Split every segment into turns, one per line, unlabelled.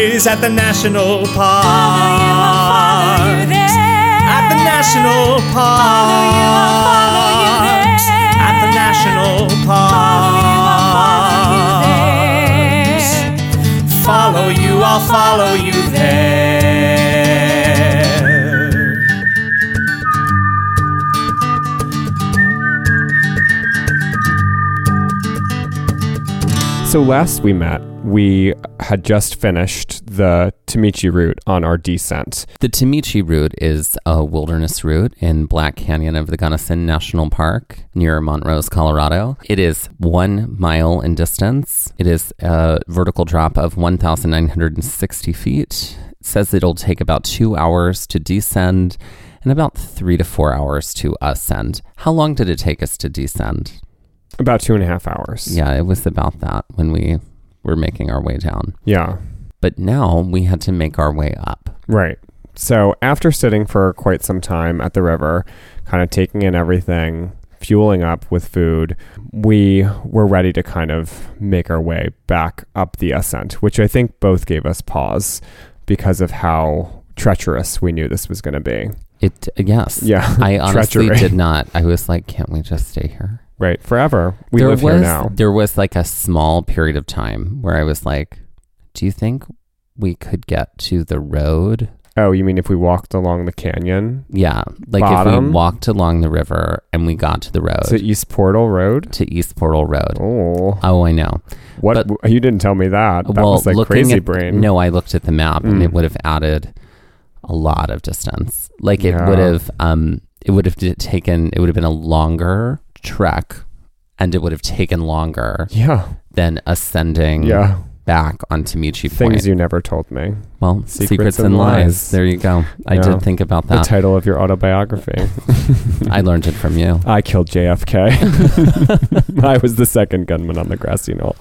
at the national park. At the national park. At the national park. Follow you, I'll follow you there.
So last we met, we had just finished the Tamichi route on our descent.
The Tamichi route is a wilderness route in Black Canyon of the Gunnison National Park near Montrose, Colorado. It is one mile in distance. It is a vertical drop of 1,960 feet. It says it'll take about two hours to descend and about three to four hours to ascend. How long did it take us to descend?
About two and a half hours.
Yeah, it was about that when we were making our way down.
Yeah.
But now we had to make our way up.
Right. So after sitting for quite some time at the river, kind of taking in everything, fueling up with food, we were ready to kind of make our way back up the ascent, which I think both gave us pause because of how treacherous we knew this was going to be.
It yes.
Yeah.
I honestly
Treachery.
did not. I was like, can't we just stay here?
Right. Forever. We
there
live
was
here now.
there was like a small period of time where I was like, do you think we could get to the road?
Oh, you mean if we walked along the canyon
Yeah, like if we
Bottom?
walked along the river and we got to the road
to East Portal Road?
to East Portal Road.
Oh,
Oh, I know.
what? you didn't tell me that. That was like
looking
crazy
at,
brain.
No, I looked at the map and
Mm.
it would have added a lot of distance. Like it
Yeah.
would have, um, it would have d- taken, it would have been a longer trek, and it would have taken longer
Yeah.
than ascending
Yeah.
back on Michi
Things
Point.
you never told me.
well, secrets,
Secrets
and,
and
lies.
Lies.
There you go. I
Yeah.
did think about
The
that.
title of your autobiography.
I learned it from you.
I killed JFK. I was the second gunman on the grassy knoll.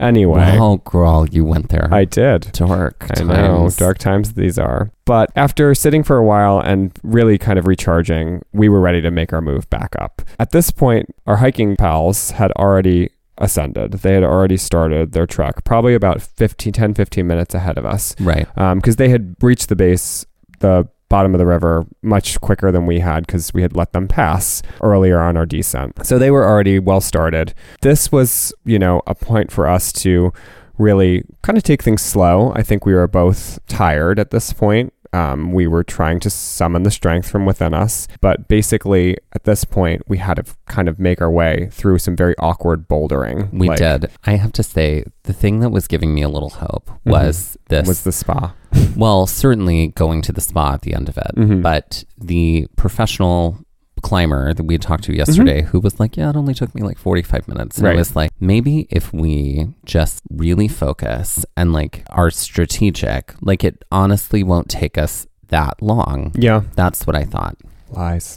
Anyway,
Oh, girl, you went there.
I did.
dark
I
times.
know, dark times these are. But after sitting for a while and really kind of recharging, we were ready to make our move back up. At this point, our hiking pals had already ascended. They had already started their trek, probably about 15, 10, 15 minutes ahead of us
Right.
because Um, they had reached the base, the bottom of the river, much quicker than we had because we had let them pass earlier on our descent. So they were already well started. This was, you know, a point for us to really kind of take things slow. I think we were both tired at this point. Um, we were trying to summon the strength from within us. But basically, at this point, we had to f- kind of make our way through some very awkward bouldering.
We
like,
did. I have to say, the thing that was giving me a little hope was this.
Mm-hmm. Was the spa.
well, certainly going to the spa at the end of it,
Mhm.
but the professional climber that we had talked to yesterday who was like, Yeah, it only took me like 45 minutes. And I
Mm-hmm. Right.
was like, Maybe if we just really focus and like are strategic, like it honestly won't take us that long.
Yeah.
That's what I thought.
Lies.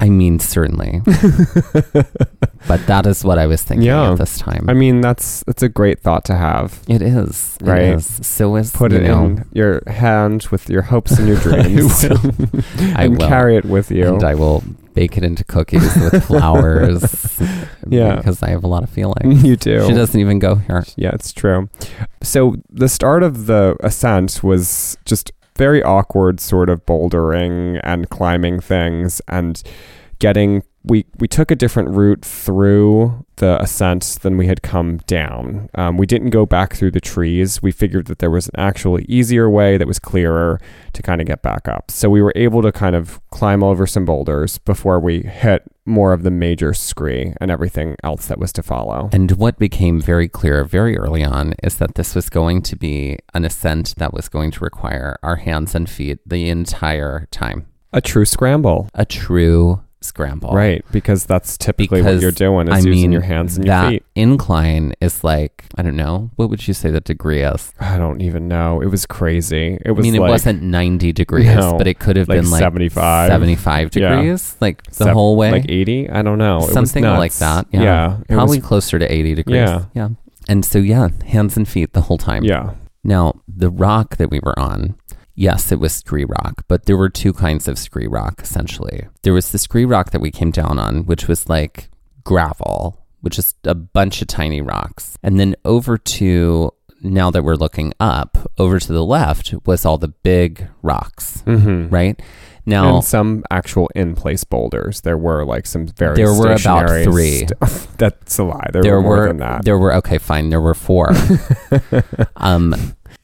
I mean, certainly. but that is what I was thinking
Yeah.
at this time.
I mean, that's that's a great thought to have.
It is. it
Right.
is. So is
Put
you
it
know,
in your hand with your hopes and your dreams.
I
and
will.
carry it with you.
And I will bake it into cookies with flowers.
Yeah.
Because I have a lot of feelings.
you do.
She doesn't even go here.
Yeah, it's true. So the start of the ascent was just very awkward sort of bouldering and climbing things and getting we we took a different route through the ascent than we had come down. Um, we didn't go back through the trees. We figured that there was an actually easier way that was clearer to kind of get back up. So we were able to kind of climb over some boulders before we hit more of the major scree and everything else that was to follow.
And what became very clear very early on is that this was going to be an ascent that was going to require our hands and feet the entire time.
A true scramble.
A true scramble.
Right, because that's typically
Because,
what you're doing is
I
using
mean,
your hands and
that
your feet.
incline is like, I don't know, what would you say the degree is?
I don't even know. It was crazy. It
I
was
mean,
like
it wasn't 90 degrees,
No,
but it could have
like
been like
75.
75
Yeah.
degrees, like the
sev-
whole way.
like 80. I don't know. It was
something
nuts.
like that. Yeah.
it
Probably
was,
closer to 80 degrees.
Yeah.
Yeah. And so, yeah, hands and feet the whole time.
yeah,
Now, the rock that we were on, yes, it was scree rock, but there were two kinds of scree rock, essentially. There was the scree rock that we came down on, which was like gravel, which is a bunch of tiny rocks. And then over to, now that we're looking up, over to the left was all the big rocks,
mm-hmm.
right? Now,
And some actual in place boulders. There were like some very
There were about
stationary
three.
st- that's a lie. There,
there
were more
were
than that.
there were okay fine there were four um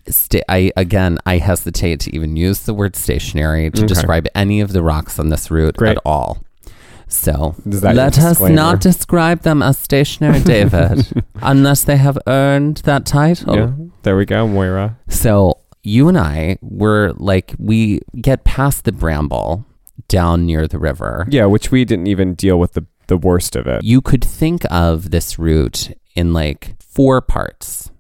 sta i again i hesitate to even use the word stationary to
Okay.
describe any of the rocks on this route
Great.
at all so
Is that your
let us
disclaimer?
not describe them as stationary david unless they have earned that title
Yeah, there we go, Moira.
so you and i were like we get past the bramble down near the river
Yeah, which we didn't even deal with the the worst of it.
you could think of this route in like four parts.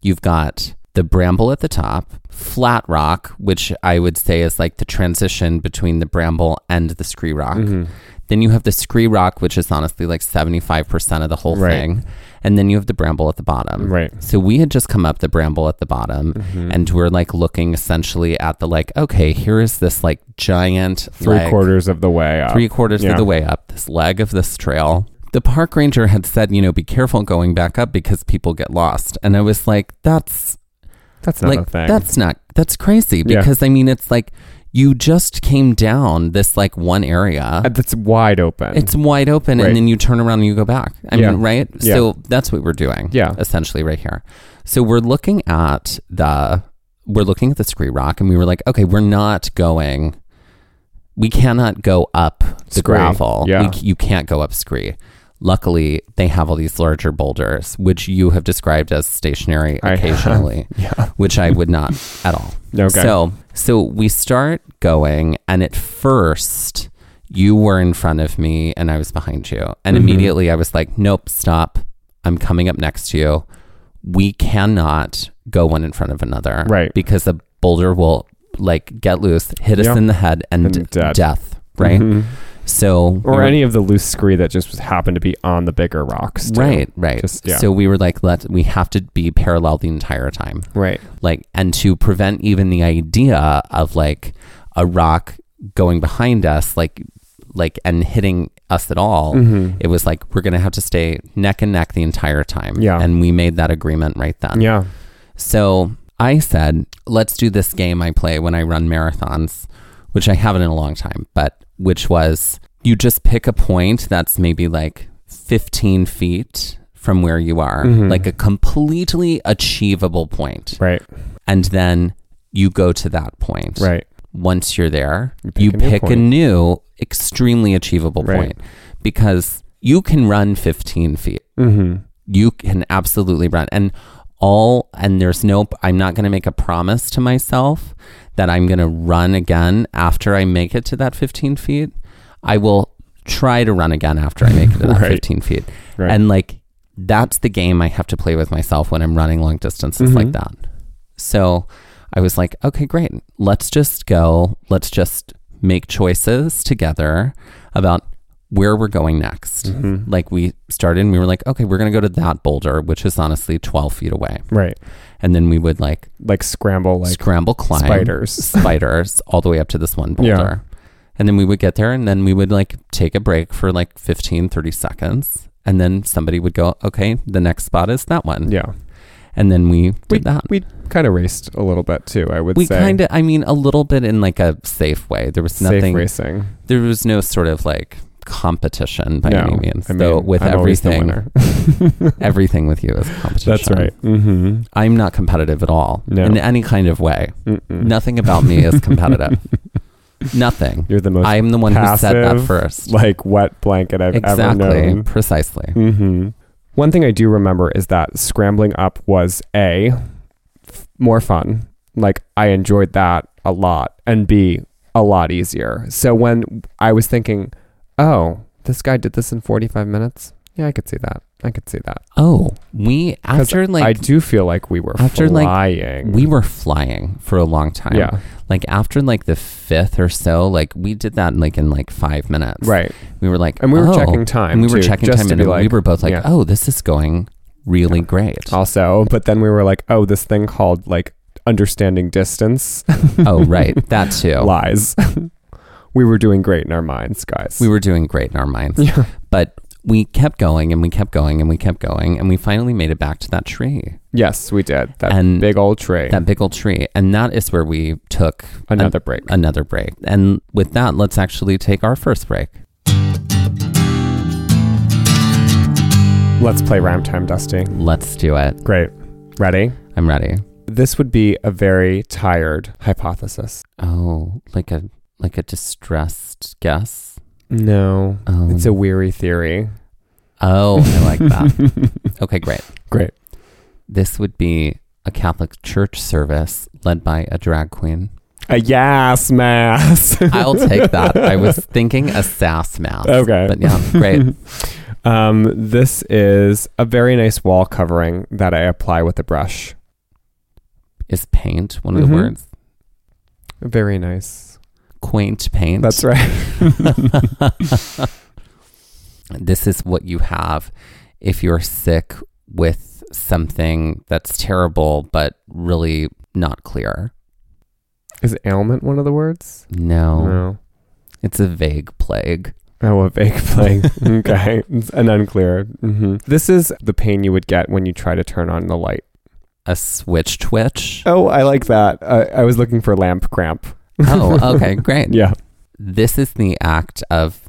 You've got the bramble at the top, flat rock, which I would say is like the transition between the bramble and the scree rock.
Mm-hmm.
Then you have the scree rock, which is honestly like 75% of the whole
Right.
thing. And then you have the bramble at the bottom.
Right. Mm-hmm.
So we had just come up the bramble at the bottom and we're like looking essentially at the like, okay, here is this like giant
Three
like,
quarters of the way up.
three quarters
Yeah.
of the way up this leg of this trail. The park ranger had said, you know, be careful going back up because people get lost. And I was like, that's
That's not
like,
a thing.
that's not, that's crazy
Yeah.
because I mean, it's like you just came down this like one area.
Uh, that's wide open.
it's wide open
Right.
and then you turn around and you go back. I
Yeah.
mean, right?
Yeah.
So that's what we're doing.
Yeah.
Essentially right here. So we're looking at the we're looking at the scree rock and we were like, okay, we're not going we cannot go up the
Scree.
gravel.
Yeah.
We c- you can't go up scree. Luckily, they have all these larger boulders, which you have described as stationary
I have.
occasionally,
yeah.
which I would not at all.
Okay.
So, so we start going, and at first you were in front of me and I was behind you. And
Mm-hmm.
immediately I was like, nope, stop. I'm coming up next to you. We cannot go one in front of another.
Right.
Because the boulder will like get loose, hit us
Yeah.
in the head, and,
And dead.
death. Right.
Mhm.
So,
Or any of the loose scree that just happened to be on the bigger rocks. too.
Right, right.
Just- yeah.
So we were like, let we have to be parallel the entire time.
Right.
like and to prevent even the idea of like a rock going behind us like like and hitting us at all
Mm-hmm.
it was like we're gonna have to stay neck and neck the entire time
Yeah.
and we made that agreement right then
Yeah.
so i said let's do this game i play when i run marathons which i haven't in a long time but which was you just pick a point that's maybe like 15 feet from where you are
Mm-hmm.
like a completely achievable point
Right.
and then you go to that point.
Right.
Once you're there, you pick,
pick
a,
a new
new
point.
extremely achievable
Right.
point because you can run 15 feet.
Mm-hmm.
You can absolutely run. And all, and there's no, I'm not going to make a promise to myself that I'm going to run again after I make it to that 15 feet. I will try to run again after I make it to that
Right.
15 feet.
Right.
And like, that's the game I have to play with myself when I'm running long distances like that. So I was like, okay, great. Let's just go. Let's just make choices together about where we're going next.
Mm-hmm.
Like we started and we were like, okay, we're going to go to that boulder, which is honestly 12 feet away.
Right.
And then we would like
Like scramble, like
scramble climb
spiders.
spiders all the way up to this one boulder.
Yeah.
And then we would get there and then we would like take a break for like 15, 30 seconds. And then somebody would go, okay, the next spot is that one.
yeah.
And then we did
We,
that.
we kind of raced a little bit too, I would
we
say.
kind of, I mean, a little bit in like a safe way. There was
Safe
nothing,
racing.
there was no sort of like competition by
no,
any means.
I mean,
Though with
I'm always the
everything,
winner.
everything with you is a competition.
That's right. Mm-hmm.
I'm not competitive at all
No. Mm.
in any kind of way.
Mm-mm.
Nothing about me is competitive. Nothing.
You're the most
I'm the one who said that
passive,
first.
like wet blanket I've ever
exactly.
known.
Precisely.
Mm-hmm. One thing I do remember is that scrambling up was a f- more fun. Like I enjoyed that a lot, and b a lot easier. So when I was thinking, oh, this guy did this in forty five minutes. Yeah, I could see that. I could see that.
Oh, we
'Cause
after like
I do feel like we were
after, like,
flying.
we were flying for a long time.
yeah,
Like after like the fifth or so, like we did that like in like five minutes.
right.
We were like
And we were
oh.
checking time.
And we were
too,
checking
just
time
to
and
be
we were both like,
yeah.
Oh, this is going really great.
also. But then we were like, oh, this thing called like understanding distance
oh, right. That too.
lies. we were doing great in our minds, guys.
We were doing great in our minds. But we kept going and we kept going and we kept going and we finally made it back to that tree.
yes, we did that
And
big old tray.
That big old tree. And that is where we took
Another break.
another break. And with that, let's actually take our first break.
Let's play rhyme time, Dusty.
Let's do it.
Great. Ready?
I'm ready.
This would be a very tired hypothesis.
Oh, like a like a distressed guess.
No,
Um,
it's a weary theory.
oh, I like that. okay, great.
Great.
This would be a Catholic church service led by a drag queen.
A yes mass.
I'll take that. I was thinking a sass mass.
Okay.
But yeah, great.
Um, this is a very nice wall covering that I apply with a brush.
Is paint one of
Mhm.
the words?
Very nice.
Quaint paint.
That's right.
this is what you have if you're sick with something that's terrible but really not clear.
Is ailment one of the words?
No,
No.
it's a vague plague.
Oh, a vague plague. okay. It's an unclear. hmm This is the pain you would get when you try to turn on the light.
A switch twitch.
Oh, I like that. I, I was looking for lamp cramp.
oh, okay, great.
Yeah.
This is the act of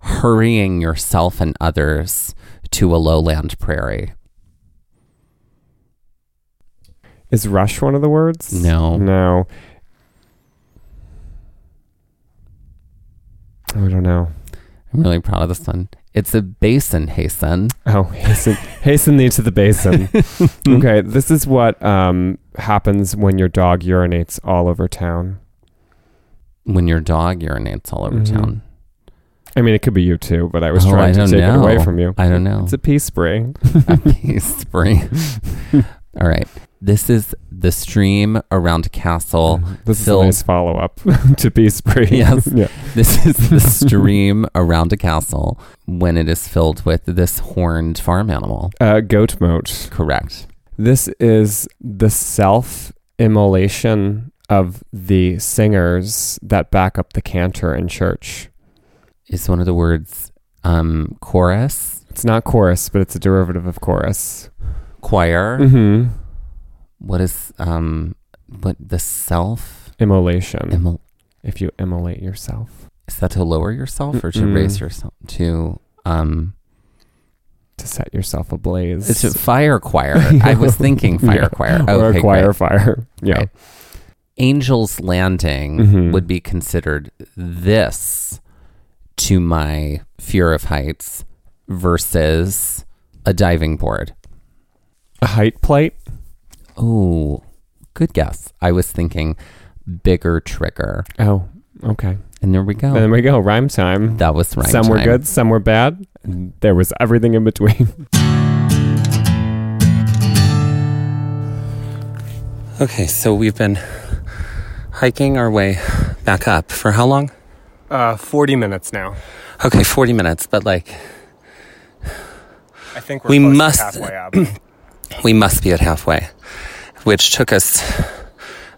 hurrying yourself and others to a lowland prairie.
Is rush one of the words?
No.
No. I don't know.
I'm really proud of this one. It's a basin hasten.
Oh, hasten, hasten thee to the basin. okay, this is what um, happens when your dog urinates all over town.
when your dog urinates all over
Mhm.
town.
I mean, it could be you too, but I was
Oh,
trying
I
to
don't
take it
know.
away from you.
I don't know.
It's a pee spray.
a pea spring. all right. This is the stream around a castle.
This is a
Phil-
nice follow up to pee spray.
Yes.
yeah.
This is the stream around a castle when it is filled with this horned farm animal.
Uh, goat moat.
Correct.
This is the self immolation of the singers that back up the cantor in church.
Is one of the words um, chorus,
It's not chorus, but it's a derivative of chorus.
choir.
Mm-hmm.
What is um, what the self?
Immolation.
Immol-
if you immolate yourself
is that to lower yourself or to
Mm-mm.
raise yourself? To um,
to set yourself ablaze.
It's a fire choir. I was thinking fire
Yeah.
choir. Okay,
or a choir
great.
fire. Yeah.
Right. Angel's Landing
Mhm.
would be considered this to my fear of heights versus a diving board.
A height plate.
Oh, good guess. I was thinking bigger trigger.
Oh, okay.
And there we go.
And there we go. Rhyme time.
that was right.
some were good, some were bad. And there was everything in between.
Okay, so we've been hiking our way back up for how long?
Uh, 40 minutes now.
Okay, 40 minutes, but like
I think
we're We close to must- halfway
up.
we must be at halfway, which took us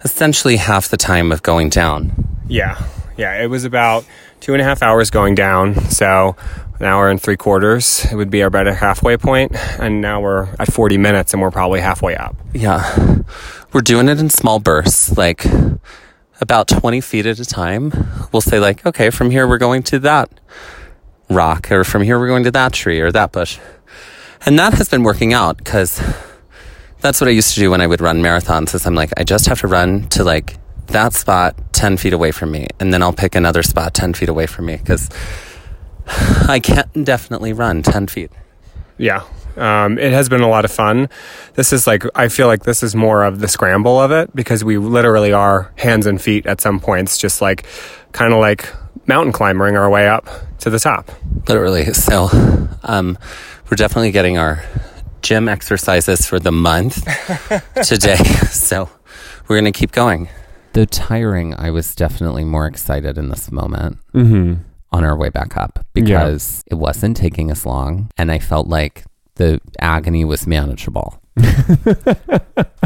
essentially half the time of going down.
yeah. Yeah. It was about two and a half hours going down. So an hour and three quarters. It would be about a halfway point. And now we're at 40 minutes and we're probably halfway up.
Yeah. We're doing it in small bursts, like about 20 feet at a time. We'll say, like, okay, from here we're going to that rock, or from here we're going to that tree or that bush. And that has been working out because that's what I used to do when I would run marathons is I'm like, I just have to run to like that spot 10 feet away from me. And then I'll pick another spot 10 feet away from me because I can't indefinitely run 10 feet.
Yeah. Um, it has been a lot of fun. This is like, I feel like this is more of the scramble of it because we literally are hands and feet at some points, just like kind of like mountain climbering our way up to the top.
Literally. So, um, we're definitely getting our gym exercises for the month today. So, we're going to keep going. Though tiring, I was definitely more excited in this moment
Mm-hmm.
on our way back up because it wasn't taking us long and I felt like the agony was manageable.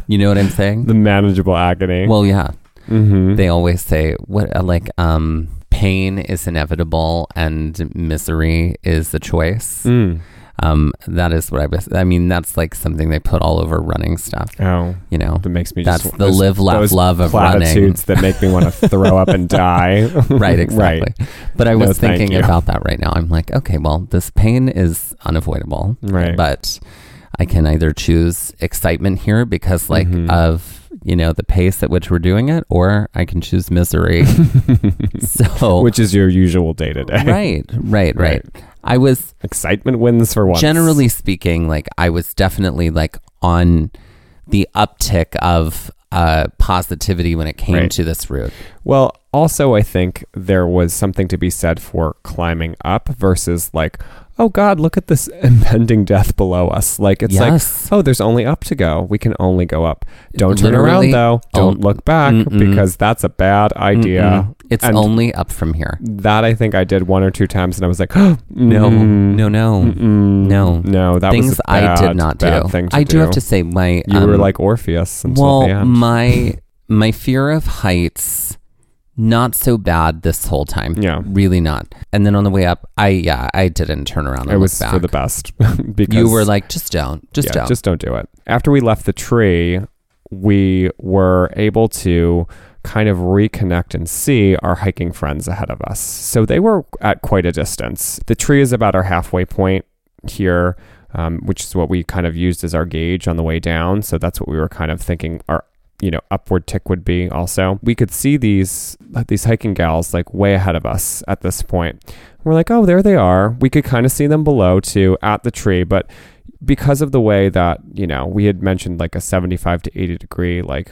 you know what I'm saying?
The manageable agony.
Well, yeah.
mm-hmm.
They always say what uh, like um pain is inevitable and misery is the choice.
Mm.
Um, that is what I was. I mean, that's like something they put all over running stuff.
Oh,
You know,
that makes me
that's
just
the
those-
live, laugh,
those
love of running.
platitudes that make me want to throw up and die.
Right, exactly. But I
No,
was
thank
thinking
you.
about that right now. I'm like, okay, well, this pain is unavoidable,
Right.
But I can either choose excitement here because, like,
Mhm.
of you know the pace at which we're doing it, or I can choose misery. so,
Which is your usual day to day.
right, right, right.
Right.
I was
Excitement wins for once.
generally speaking, like I was definitely like on the uptick of uh, positivity when it came
Right.
to this route.
Well,
Also, I think there was something to be said for climbing up versus like, oh God, look at this impending death below us. Like it's
Yes.
like, oh, there's only up to go. We can only go up. Don't turn
Literally,
around though. Don't
oh,
look back
mm-mm.
because that's a bad idea.
Mm-mm. It's
And-
only up from here.
That I think I did one or two times, and I was like, oh,
No, no, no.
no,
No.
no. That was
Things
a
I
bad,
did not
bad
do.
Thing to
I do have to say my
You
um,
were like Orpheus. Until
well,
the end.
my my fear of heights not so bad this whole time.
Yeah.
really not. And then on the way up, I yeah, I didn't turn around. And
it
look
was
back.
for the best because
You were like, just don't, just
yeah,
don't.
just don't do it. After we left the tree, we were able to kind of reconnect and see our hiking friends ahead of us. So they were at quite a distance. The tree is about our halfway point here. Um, which is what we kind of used as our gauge on the way down. So that's what we were kind of thinking our you know upward tick would be also we could see these these hiking gals like way ahead of us at this point we're like oh there they are we could kind of see them below too at the tree but because of the way that you know we had mentioned like a 75 to 80 degree like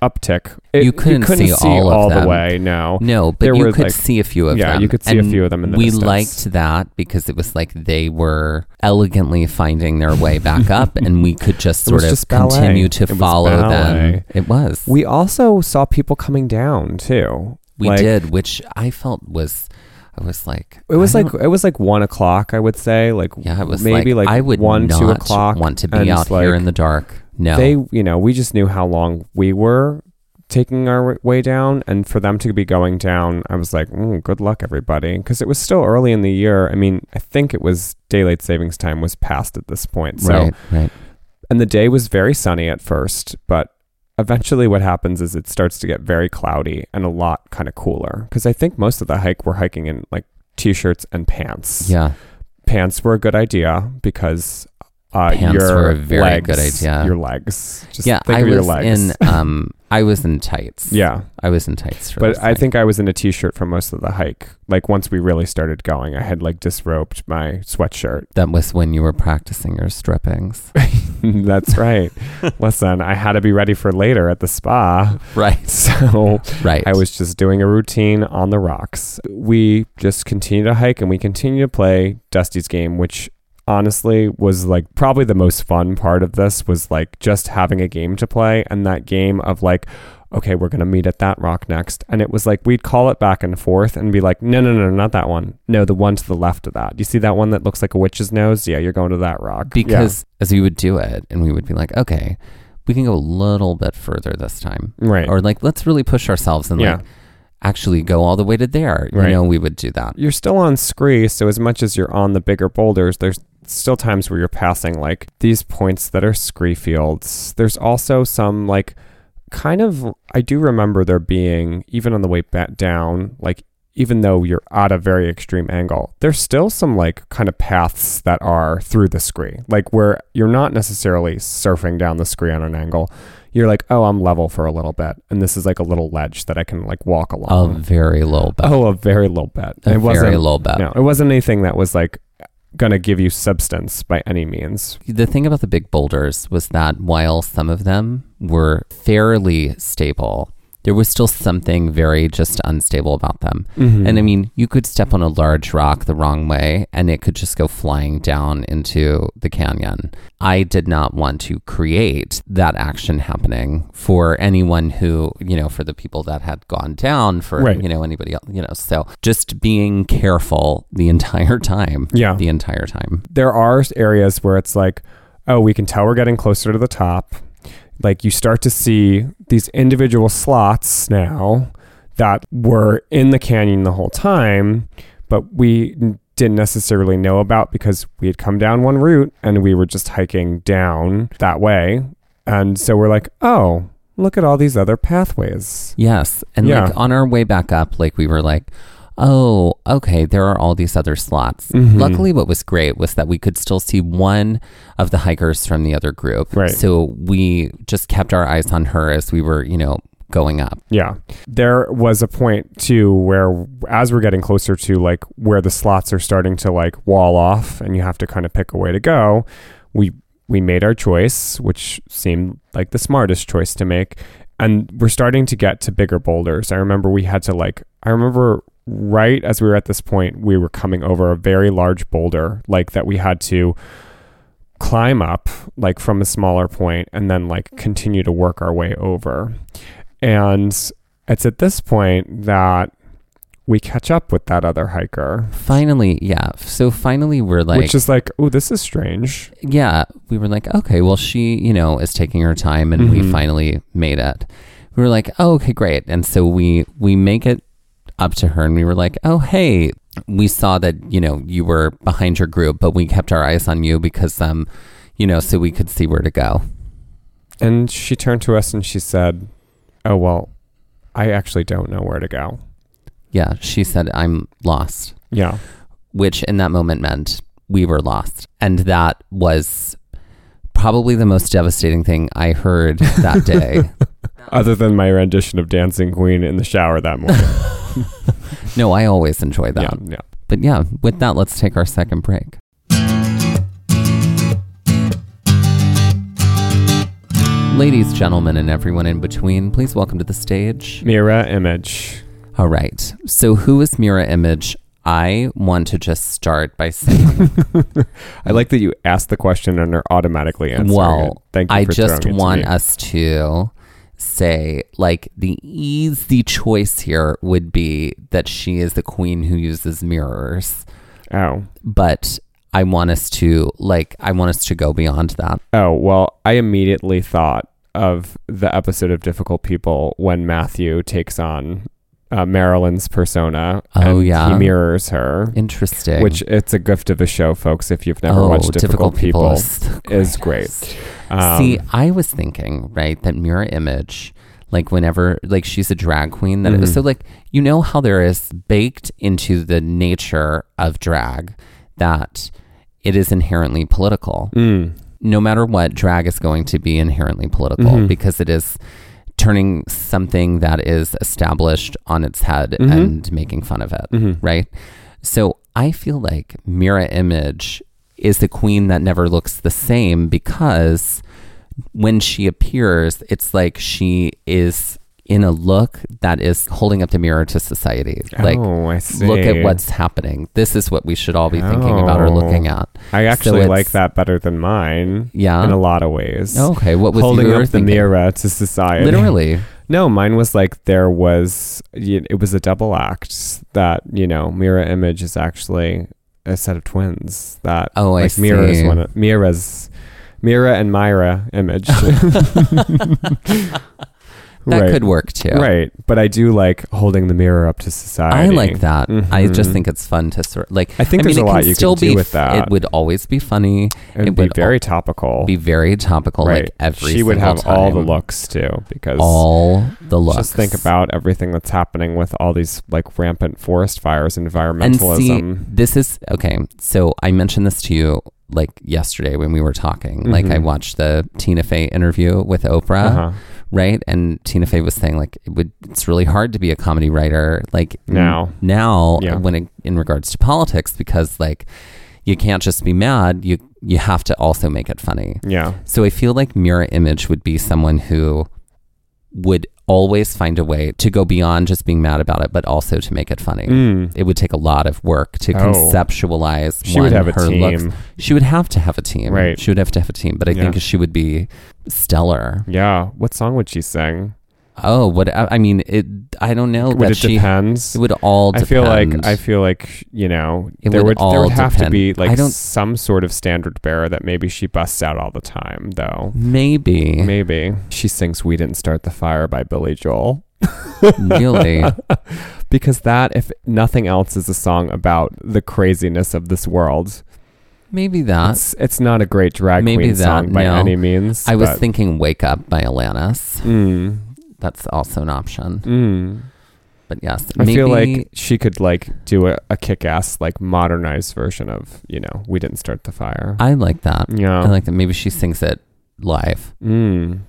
uptick it,
You couldn't see all of
the
them.
way no
no, but
there
you
were,
could
like-
see a few of
yeah,
them.
you could see a
And
few of them in the
we
distance.
liked that because it was like they were elegantly finding their way back up, and we could just
It was
sort of
just ballet.
continue to
It was
follow them.
ballet.
It was.
we also saw people coming down too
We
Like,
did, which I felt was, I was like,
It was
I
like it was like one o'clock, I would say, like
yeah, it was
maybe like,
I would
one
not
two o'clock.
want to
and
be out here
like,
in the dark. No,
They, you know, we just knew how long we were taking our w- way down, and for them to be going down, I was like, mm, good luck, everybody, because it was still early in the year. I mean, I think it was daylight savings time was past at this point, so
right, right.
and the day was very sunny at first, but eventually what happens is it starts to get very cloudy and a lot kind of cooler because I think most of the hike we're hiking in like t-shirts and pants
Yeah,
pants were a good idea because uh,
Pants
your
were a very
legs,
good idea.
Your legs, just
yeah.
Think
I
of your
was
legs.
in, um, I was in tights.
yeah,
I was in tights for.
but
this
I
thing.
think I was in a t-shirt for most of the hike. Like once we really started going, I had like disrobed my sweatshirt.
that was when you were practicing your strippings,
That's right. Listen, I had to be ready for later at the spa,
right?
so
Right.
I was just doing a routine on the rocks. We just continue to hike and we continue to play Dusty's game, which honestly was like probably the most fun part of this was like just having a game to play and that game of like, okay, we're going to meet at that rock next. And it was like we'd call it back and forth and be like, no, no, no, not that one. No, the one to the left of that. You see that one that looks like a witch's nose? Yeah, you're going to that rock. Yeah.
because as we would do it, and we would be like, okay, we can go a little bit further this time,
right.
or like let's really push ourselves and
Yeah.
like actually go all the way to there.
Right.
You know, we would do that.
you're still on scree, so as much as you're on the bigger boulders, there's still times where you're passing like these points that are scree fields. There's also some like kind of I do remember there being even on the way back down, like even though you're at a very extreme angle, there's still some like kind of paths that are through the scree, like where you're not necessarily surfing down the scree on an angle. You're like, oh, I'm level for a little bit, and this is like a little ledge that I can like walk
A
along.
very low bet.
oh, a very little bit.
a
it wasn't
very low bet.
no, it wasn't anything that was like going to give you substance by any means.
The thing about the big boulders was that while some of them were fairly stable, there was still something very just unstable about them.
Mm-hmm.
And I mean, you could step on a large rock the wrong way and it could just go flying down into the canyon. I did not want to create that action happening for anyone who, you know, for the people that had gone down, for,
Right.
you know, anybody else, you know. So just being careful the entire time.
Yeah.
The entire time.
There are areas where it's like, oh, we can tell we're getting closer to the top. Like you start to see these individual slots now that were in the canyon the whole time, but we didn't necessarily know about because we had come down one route and we were just hiking down that way. And so we're like, oh, look at all these other pathways.
Yes. And
Yeah.
like on our way back up, like we were like, oh, okay, there are all these other slots.
Mm-hmm.
Luckily, what was great was that we could still see one of the hikers from the other group.
Right.
So we just kept our eyes on her as we were, you know, going up.
Yeah. There was a point too where as we're getting closer to like where the slots are starting to like wall off and you have to kind of pick a way to go, we we made our choice, which seemed like the smartest choice to make. and we're starting to get to bigger boulders. I remember we had to like I remember right as we were at this point, we were coming over a very large boulder like that we had to climb up like from a smaller point and then like continue to work our way over. And it's at this point that we catch up with that other hiker,
Finally, yeah. So finally, we're like,
which is like, oh, this is strange.
yeah, we were like, okay, well, she, you know, is taking her time, and we
Mhm.
finally made it. We were like, oh, okay, great, and so we we make it up to her, and we were like, oh, hey, we saw that you know you were behind your group, but we kept our eyes on you because um, you know, so we could see where to go.
And she turned to us and she said, oh, well, I actually don't know where to go.
Yeah, she said, I'm lost,
Yeah.
which in that moment meant we were lost, and that was probably the most devastating thing I heard that day.
Other than my rendition of Dancing Queen in the shower that morning.
no, I always enjoy that.
yeah. Yeah.
But yeah, with that, let's take our second break. Ladies, gentlemen, and everyone in between, please welcome to the stage.
Mira Image.
All right. So, who is Mira Image? I want to just start by saying,
I like that you asked the question and are automatically answering. it.
well,
thank you
I
for
just
throwing it to
want
me.
us to say, like, the easy choice here would be that she is the queen who uses mirrors.
Oh.
but I want us to like I want us to go beyond that.
Oh, well, I immediately thought of the episode of Difficult People when Matthew takes on uh, Marilyn's persona.
Oh,
and
yeah.
He mirrors her,
Interesting. Oh,
which it's a gift of a show, folks. If you've never watched Difficult, People,
is the
is
greatest.
great. Um,
See, I was thinking, right, that mirror image, like whenever like she's a drag queen that
Mhm.
so like you know how there is baked into the nature of drag that it is inherently political.
mm,
no matter what, drag is going to be inherently political
Mhm.
because it is turning something that is established on its head
Mhm.
and making fun of it,
mhm.
right? So I feel like Mira Image is the queen that never looks the same because when she appears, it's like she is in a look that is holding up the mirror to society. Like,
oh, I see.
look at what's happening. This is what we should all be thinking about or
Oh.
looking at.
I actually
it's-
like that better than mine
Yeah.
in a lot of ways.
Okay, what was
Holding
your
up the
thinking?
mirror to society.
Literally.
No, mine was like there was y- it was a double act that you know mirror image is actually a set of twins that
Oh, I
like Mira is
see.
one of, Mira's Mira and Myra image
that
Right.
could work too.
right but I do like holding the mirror up to
I
society
like that. I just
Mhm.
think it's fun to sort like.
I think
I mean,
there's
it
a lot
can
you
still
can
be
do with
f-
that
It would always be funny,
It'd
it
be
would
very topical
be very topical, like every.
she would
single
have all the
time.
looks too because
All the looks.
just think about everything that's happening with all these like rampant forest fires
and see.
environmentalism
This is okay. So I mentioned this to you like yesterday when we were talking. Like I
Mhm.
watched the Tina Fey interview with Oprah.
uh-huh.
right? And Tina Fey was saying like it would, it's really hard to be a comedy writer like n-
Now.
now
Yeah.
when it, in regards to politics because like you can't just be mad you you have to also make it funny.
yeah
So I feel like Mirror Image would be someone who would always find a way to go beyond just being mad about it, but also to make it funny.
Mm.
It would take a lot of work to
Oh.
conceptualize.
She would
one,
have a
her
team.
looks. She would have to have a team.
Right.
She would have to have a team. But I
Yeah.
think she would be stellar.
Yeah. What song would she sing?
Oh, what I I mean, it. I don't know
would
that
it
she.
depend?
It would all.
I
Depend.
feel like I feel like you know
It
there
would
would, there
all
would have to be
depend. I
like
don't-
some sort of standard bearer that maybe she busts out all the time though.
maybe,
Maybe she sings "We Didn't Start the Fire" by Billy Joel
really.
because that, if nothing else, is a song about the craziness of this world.
Maybe that.
It's, it's not a great drag
Maybe
queen
that,
song by
no.
any means.
I was
but-
thinking "Wake Up" by Alanis.
Mm,
That's also an option.
mm.
But yes,
I
maybe
feel like she could like do a, a kick-ass like modernized version of you know we didn't start the fire.
I like that.
yeah,
I like that. Maybe she sings it live.
mm.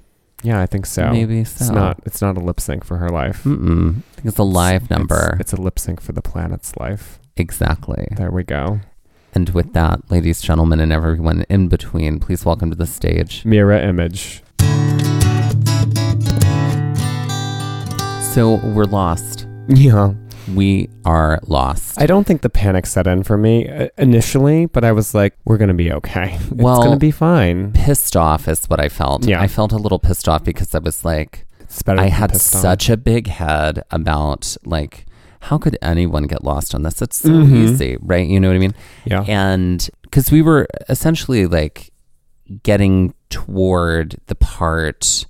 yeah, I think so.
maybe so.
it's not it's not a lip sync for her life.
Mm-mm. I think it's a live number.
It's, it's a lip sync for the planet's life.
exactly.
There we go.
And with that, ladies, gentlemen, and everyone in between, please welcome to the stage
Mira image.
So we're lost.
Yeah.
We are lost.
I don't think the panic set in for me uh, initially, but I was like, we're going to be okay.
Well-
it's going to be fine.
pissed off is what I felt.
Yeah.
I felt a little pissed off because I was like,
It's better
I
than
had
pissed off.
such a big head about like, how could anyone get lost on this? It's so
Mhm.
easy, right? You know what I mean?
Yeah.
And because we were essentially like getting toward the part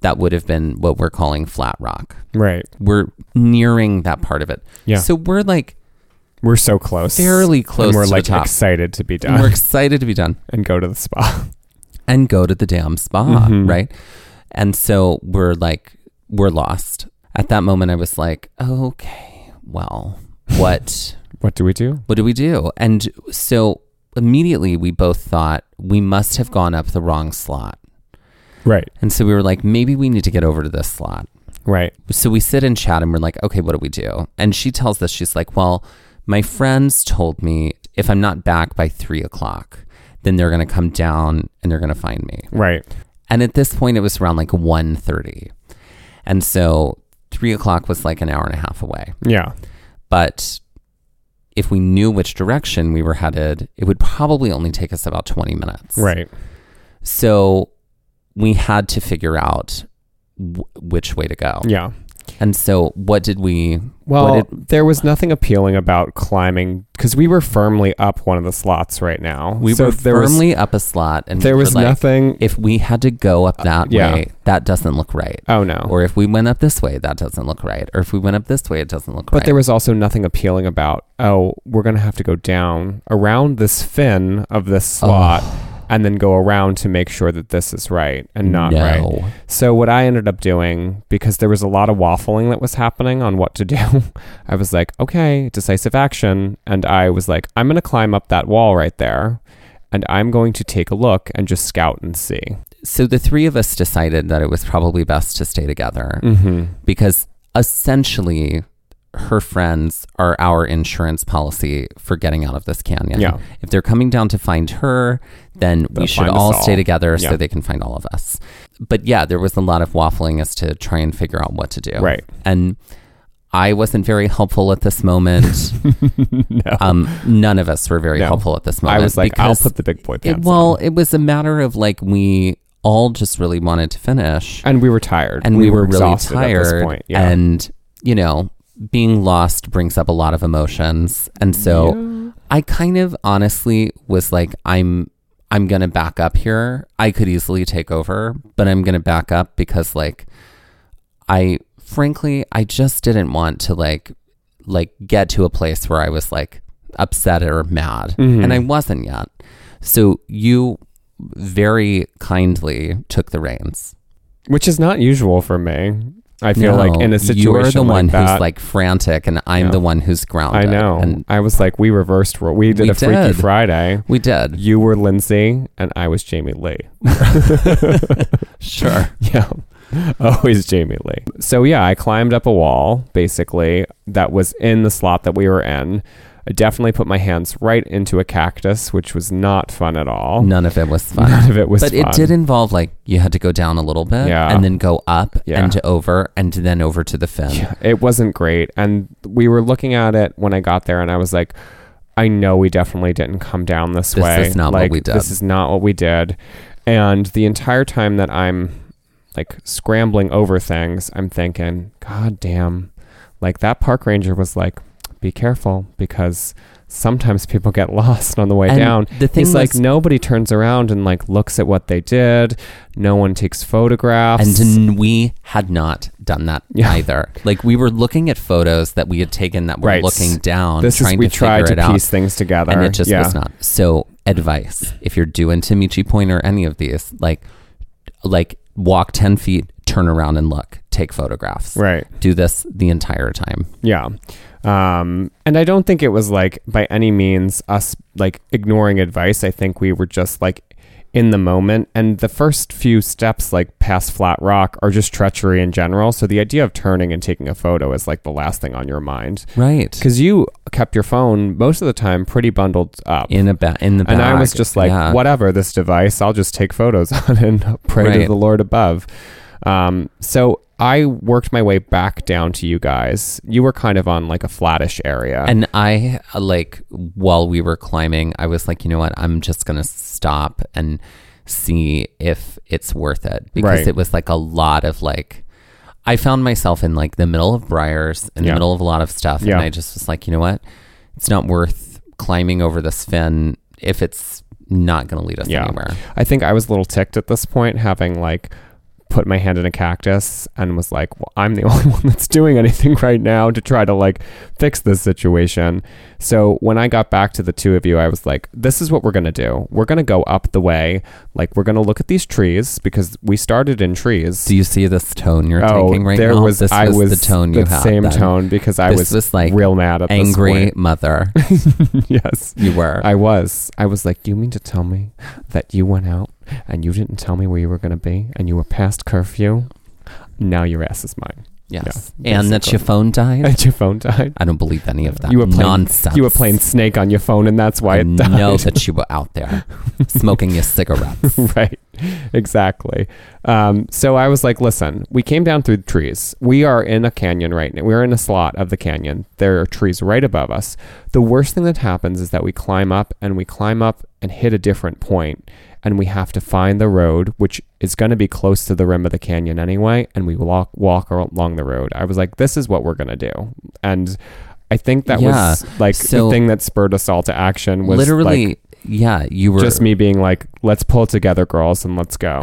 that would have been what we're calling flat rock.
Right.
We're nearing that part of it.
Yeah.
So we're like
We're so close.
fairly close
And we're
to
like
the top.
excited to be
And we're
done
excited to be done.
and go to the spa.
and go to the damn spa,
Mhm.
right? And so we're like, we're lost. At that moment, I was like, okay, well, what,
What do we do?
what do we do? And so immediately we both thought we must have gone up the wrong slot.
Right.
And so we were like, maybe we need to get over to this slot.
Right.
So we sit and chat and we're like, okay, what do we do? And she tells us, she's like, well, my friends told me if I'm not back by three o'clock, then they're going to come down and they're going to find me.
Right.
And at this point, it was around like 1.30. And so three o'clock was like an hour and a half away.
Yeah.
But if we knew which direction we were headed, it would probably only take us about 20 minutes.
Right.
So we had to figure out w- which way to go.
Yeah.
And so what did we,
Well,
But
there was nothing appealing about climbing because we were firmly up one of the slots right now.
we
so
were
there
firmly up a slot and
was, there
we were
was
like,
nothing.
if we had to go up that
yeah.
way, that doesn't look right.
Oh no!
Or if we went up this way, that doesn't look right. Or if we went up this way, it doesn't look
but
right.
there was also nothing appealing about. Oh, we're gonna have to go down around this fin of this slot. And then go around to make sure that this is right and not right.
no.
So what I ended up doing because there was a lot of waffling that was happening on what to do, I was like, okay, decisive action, and I was like, I'm going to climb up that wall right there and I'm going to take a look and just scout and see.
So the three of us decided that it was probably best to stay together
Mhm.
because essentially her friends are our insurance policy for getting out of this canyon.
Yeah.
If they're coming down to find her, then
They'll
we should
find us
all
all.
stay together
Yeah.
so they can find all of us. But yeah, there was a lot of waffling as to try and figure out what to do.
Right.
And I wasn't very helpful at this moment.
No.
um, none of us were very
No.
helpful at this
I
moment.
was like, I'll
because-
put the big boy
It,
pants. on.
well, it was a matter of like we all just really wanted to finish,
and we were tired.
and we, were, really
exhausted
tired.
at this point. Yeah.
And you know, being lost brings up a lot of emotions, and so I kind of honestly was like, I'm. I'm gonna back up here. I could easily take over, but I'm gonna back up because, like, I frankly, I just didn't want to like, like get to a place where I was like upset or mad, and
Mm-hmm.
I wasn't yet. So you very kindly took the reins.
which is not usual for me. I feel like in a situation
you're the one
like that,
who's like frantic, and I'm
Yeah.
the one who's
I
grounded.
know.
and
I was like, we reversed. ro- We did
We
a Freaky
did.
Friday.
we did.
You were Lindsay, and I was Jamie Lee.
Sure.
Yeah. Always Jamie Lee. So, yeah, I climbed up a wall, basically, that was in the slot that we were in. I definitely put my hands right into a cactus, which was not fun at all.
None of it was fun.
None of it was
but
fun.
it did involve like you had to go down a little bit
Yeah.
and then go up
Yeah.
and over and then over to the fin.
Yeah, it wasn't great. And we were looking at it when I got there, and I was like, I know we definitely didn't come down this,
This
way.
is not what
Like,
we did.
This is not what we did. And the entire time that I'm like scrambling over things, I'm thinking, God damn. Like that park ranger was like, be careful because sometimes people get lost on the way
And
down.
the thing
He's like,
was-
nobody turns around and like looks at what they did. No one takes photographs.
And n- we had not done that
Yeah.
either. Like we were looking at photos that we had taken that were
Right.
looking down,
this
trying
is we
to
tried
figure
to
it
piece
out.
things together,
and it just
yeah.
was not. So advice, if you're doing Tamichi Point or any of these, like like walk ten feet, turn around and look, take photographs.
right.
Do this the entire time.
Yeah. Um, and I don't think it was like by any means us like ignoring advice. I think we were just like in the moment. And the first few steps, like past Flat Rock, are just treachery in general. So the idea of turning and taking a photo is like the last thing on your mind.
Right.
Because you kept your phone most of the time pretty bundled up.
In a ba- in the
and I was
bag.
just like,
Yeah.
whatever this device, I'll just take photos on and pray to
Right.
the Lord above. Um, so I worked my way back down to you guys. You were kind of on like a flattish area.
And I uh, like while we were climbing, I was like, you know what? I'm just gonna stop and see if it's worth it because
Right.
it was like a lot of like. I found myself in like the middle of briars, in
Yeah.
the middle of a lot of stuff,
Yeah.
and I just was like, you know what? It's not worth climbing over this fin if it's not gonna lead us
Yeah.
anywhere.
I think I was a little ticked at this point, having like put my hand in a cactus and was like, well, I'm the only one that's doing anything right now to try to like fix this situation. So when I got back to the two of you, I was like, this is what we're going to do. We're going to go up the way. Like, we're going to look at these trees because we started in trees. Oh,
Do you see this tone you're taking right
there
now?
was
this
I was
the tone you
the
had.
same
then.
tone because I
This
was,
was, like,
real mad at this
Angry
point.
mother,
yes,
you were.
I was. I was like, you mean to tell me that you went out and you didn't tell me where you were going to be and you were past curfew? Now your ass is mine.
yes,
yeah,
and that your
basically.
phone died.
And your phone died.
I don't believe any of that.
You were playing-
nonsense.
You were playing Snake on your phone and that's why
I
it died.
know that you were out there smoking your cigarettes.
right. Exactly. Um, so I was like, listen, we came down through the trees. We are in a canyon right now. We're in a slot of the canyon. There are trees right above us. The worst thing that happens is that we climb up and we climb up and hit a different point and we have to find the road, which is going to be close to the rim of the canyon anyway. And we walk, walk along the road. I was like, this is what we're going to do. And I think that
Yeah.
was like
So-
the thing that spurred us all to action was
Literally,
like,
yeah, you were.
just me being like, let's pull together, girls, and let's go.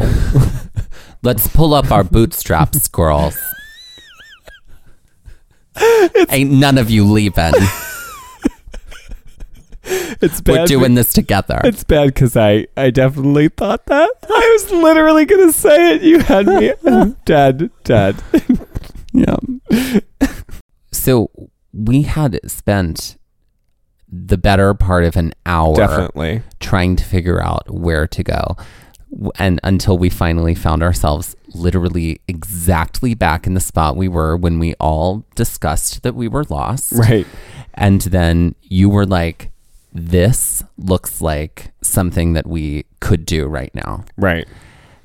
Let's pull up our bootstraps, girls. Ain't none of you leaving.
it's
We're doing this together.
It's bad because I, I definitely thought that. I was literally going to say it. You had me dead, dead.
Yeah. so we had spent the better part of an hour
Definitely.
trying to figure out where to go. W- And until we finally found ourselves literally exactly back in the spot we were when we all discussed that we were lost.
Right.
And then you were like, this looks like something that we could do right now.
Right.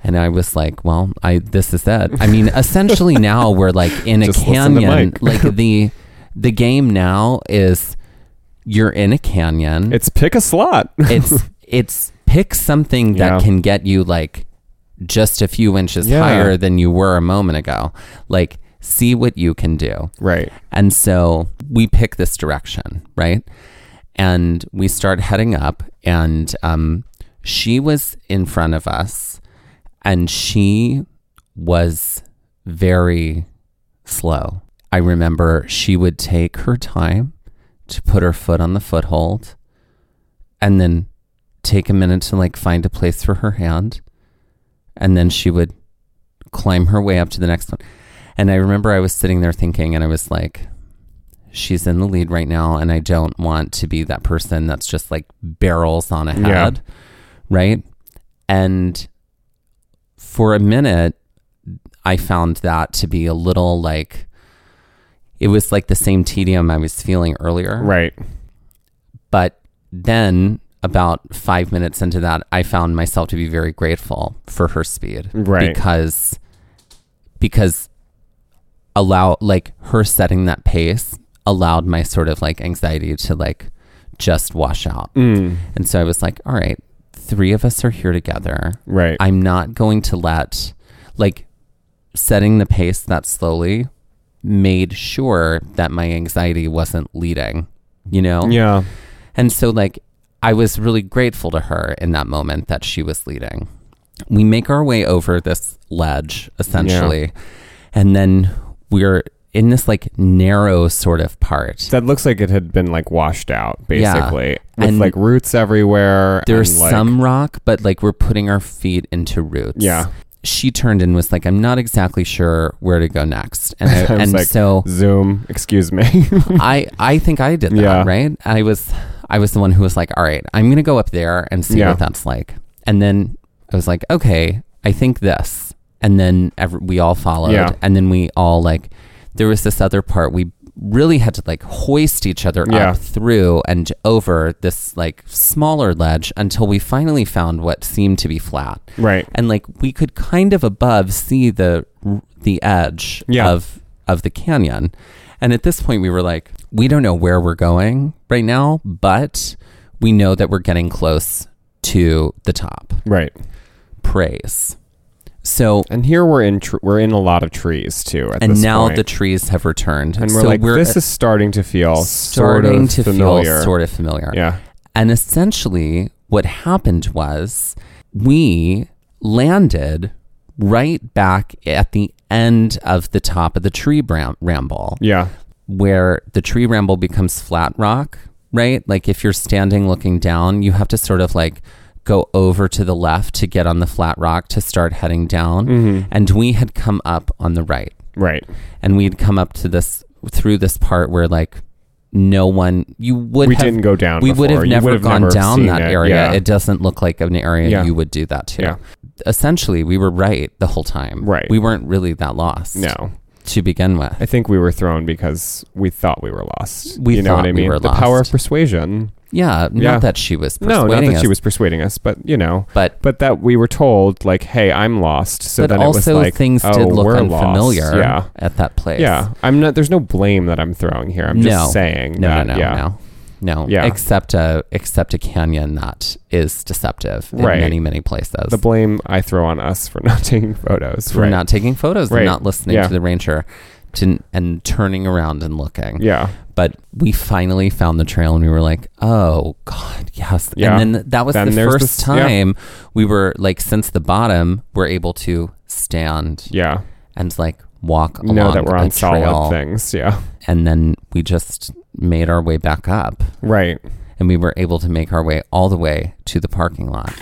And I was like, well, I this is it. I mean, essentially now we're like in a
Just listen to
canyon. Like
Mike.
the the game now is you're in a canyon
It's pick a slot.
it's it's pick something that
Yeah.
can get you like just a few inches
Yeah.
higher than you were a moment ago. Like see what you can do.
right.
And so we pick this direction, right? And we start heading up and um she was in front of us and she was very slow. I remember she would take her time to put her foot on the foothold and then take a minute to like find a place for her hand and then she would climb her way up to the next one and i remember i was sitting there thinking and i was like she's in the lead right now and i don't want to be that person that's just like barrels on ahead
Yeah.
right and for a minute i found that to be a little like it was like the same tedium i was feeling earlier
Right.
but then about five minutes into that, I found myself to be very grateful for her speed.
Right.
Because because allow like her setting that pace allowed my sort of like anxiety to like just wash out.
Mm.
And so I was like, all right, three of us are here together.
Right.
I'm not going to let like setting the pace that slowly made sure that my anxiety wasn't leading, you know?
yeah.
And so, like, I was really grateful to her in that moment that she was leading. We make our way over this ledge, essentially. And then we're in this, like, narrow sort of part.
That looks like it had been like washed out,
Yeah.
basically. With
And
like roots everywhere.
There's
and, like-
some rock, but, like, we're putting our feet into roots.
Yeah.
She turned and was like, I'm not exactly sure where to go next. And, I,
I was
and
like,
so
Zoom, excuse me.
I, I think I did that,
Yeah.
right? I was I was the one who was like, all right, I'm gonna go up there and see
Yeah.
what that's like. And then I was like, okay, I think this. And then every, we all followed,
Yeah.
and then we all like there was this other part we really had to like hoist each other
Yeah.
up through and over this like smaller ledge until we finally found what seemed to be flat.
Right.
And like we could kind of above see the the edge
Yeah.
of of the canyon. And at this point we were like we don't know where we're going right now, but we know that we're getting close to the top.
Right.
Praise. So
And here we're in tr- we're in a lot of trees too. At
and
this
now
point.
the trees have returned.
and we're
so
like this is starting to feel sort
starting
of
to
familiar.
feel sort of familiar.
yeah.
And essentially, what happened was we landed right back at the end of the top of the tree bram- ramble,
Yeah.
where the tree ramble becomes flat rock, right? Like if you're standing looking down, you have to sort of like go over to the left to get on the flat rock to start heading down.
Mm-hmm.
And we had come up on the right
Right.
and we'd come up to this through this part where like no one you would
We
have,
didn't go down
we would
before.
have
You
never
would have
gone
never
down
seen
that
it.
area
Yeah.
it doesn't look like an area
Yeah.
you would do that to
Yeah.
essentially we were right the whole time
Right.
we weren't really that lost
No.
to begin with
I think we were thrown because we thought we were lost.
We
you know
thought
what I
we
mean?
were
the power of
lost.
persuasion.
yeah not
Yeah.
that she was
No,
persuading
not that
us
she was persuading us, but you know,
but
but that we were told like, "Hey, I'm lost." So
but
then it was
also
like,
things
oh,
did look
we're
unfamiliar
Lost. Yeah,
at that place
yeah. I'm not. There's no blame that I'm throwing here. I'm
No.
just saying.
no
that,
no no
yeah.
no no
Yeah.
except a except a canyon that is deceptive in
Right.
many many places
The blame I throw on us for not taking photos.
for
right.
not taking photos
Right.
and not listening
Yeah.
to the ranger to, and turning around and looking.
Yeah.
But we finally found the trail and we were like, oh, God, yes.
Yeah.
And then that was
Then
the
there's
first
this- yeah.
time we were like, since the bottom, we're able to stand
Yeah.
and like walk along
know that we're
a
on
trail.
solid things. Yeah.
And then we just made our way back up
Right.
and we were able to make our way all the way to the parking lot.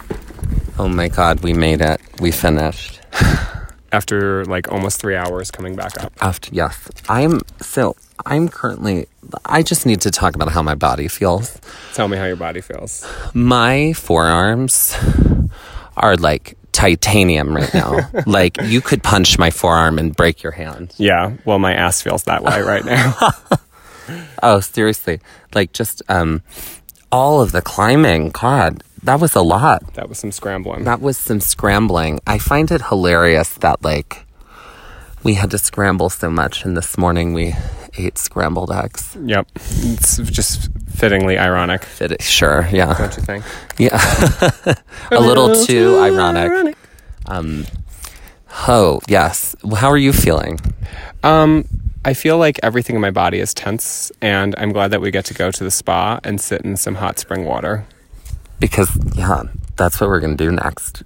Oh my God, we made it. We finished.
After like almost three hours coming back up.
After yes, I'm so I'm currently. I just need to talk about how my body feels.
Tell me how your body feels.
My forearms are like titanium right now. like you could punch my forearm and break your hand.
Yeah. Well, my ass feels that way right now.
Oh, seriously. Like just um, all of the climbing. God, that was a lot.
that was some scrambling.
That was some scrambling. I find it hilarious that like we had to scramble so much, and this morning we ate scrambled eggs.
Yep. It's just fittingly ironic.
Did it? Sure. Yeah.
Don't you think?
Yeah. a little too ironic. Um, oh, yes. Well, How are you feeling?
Um, I feel like everything in my body is tense, and I'm glad that we get to go to the spa and sit in some hot spring water.
Because, yeah, that's what we're going to do next.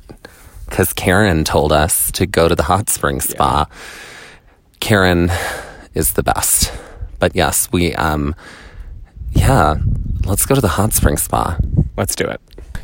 Because Karen told us to go to the hot spring spa. Karen is the best. But yes, we, um, yeah, let's go to the hot spring spa.
Let's do it.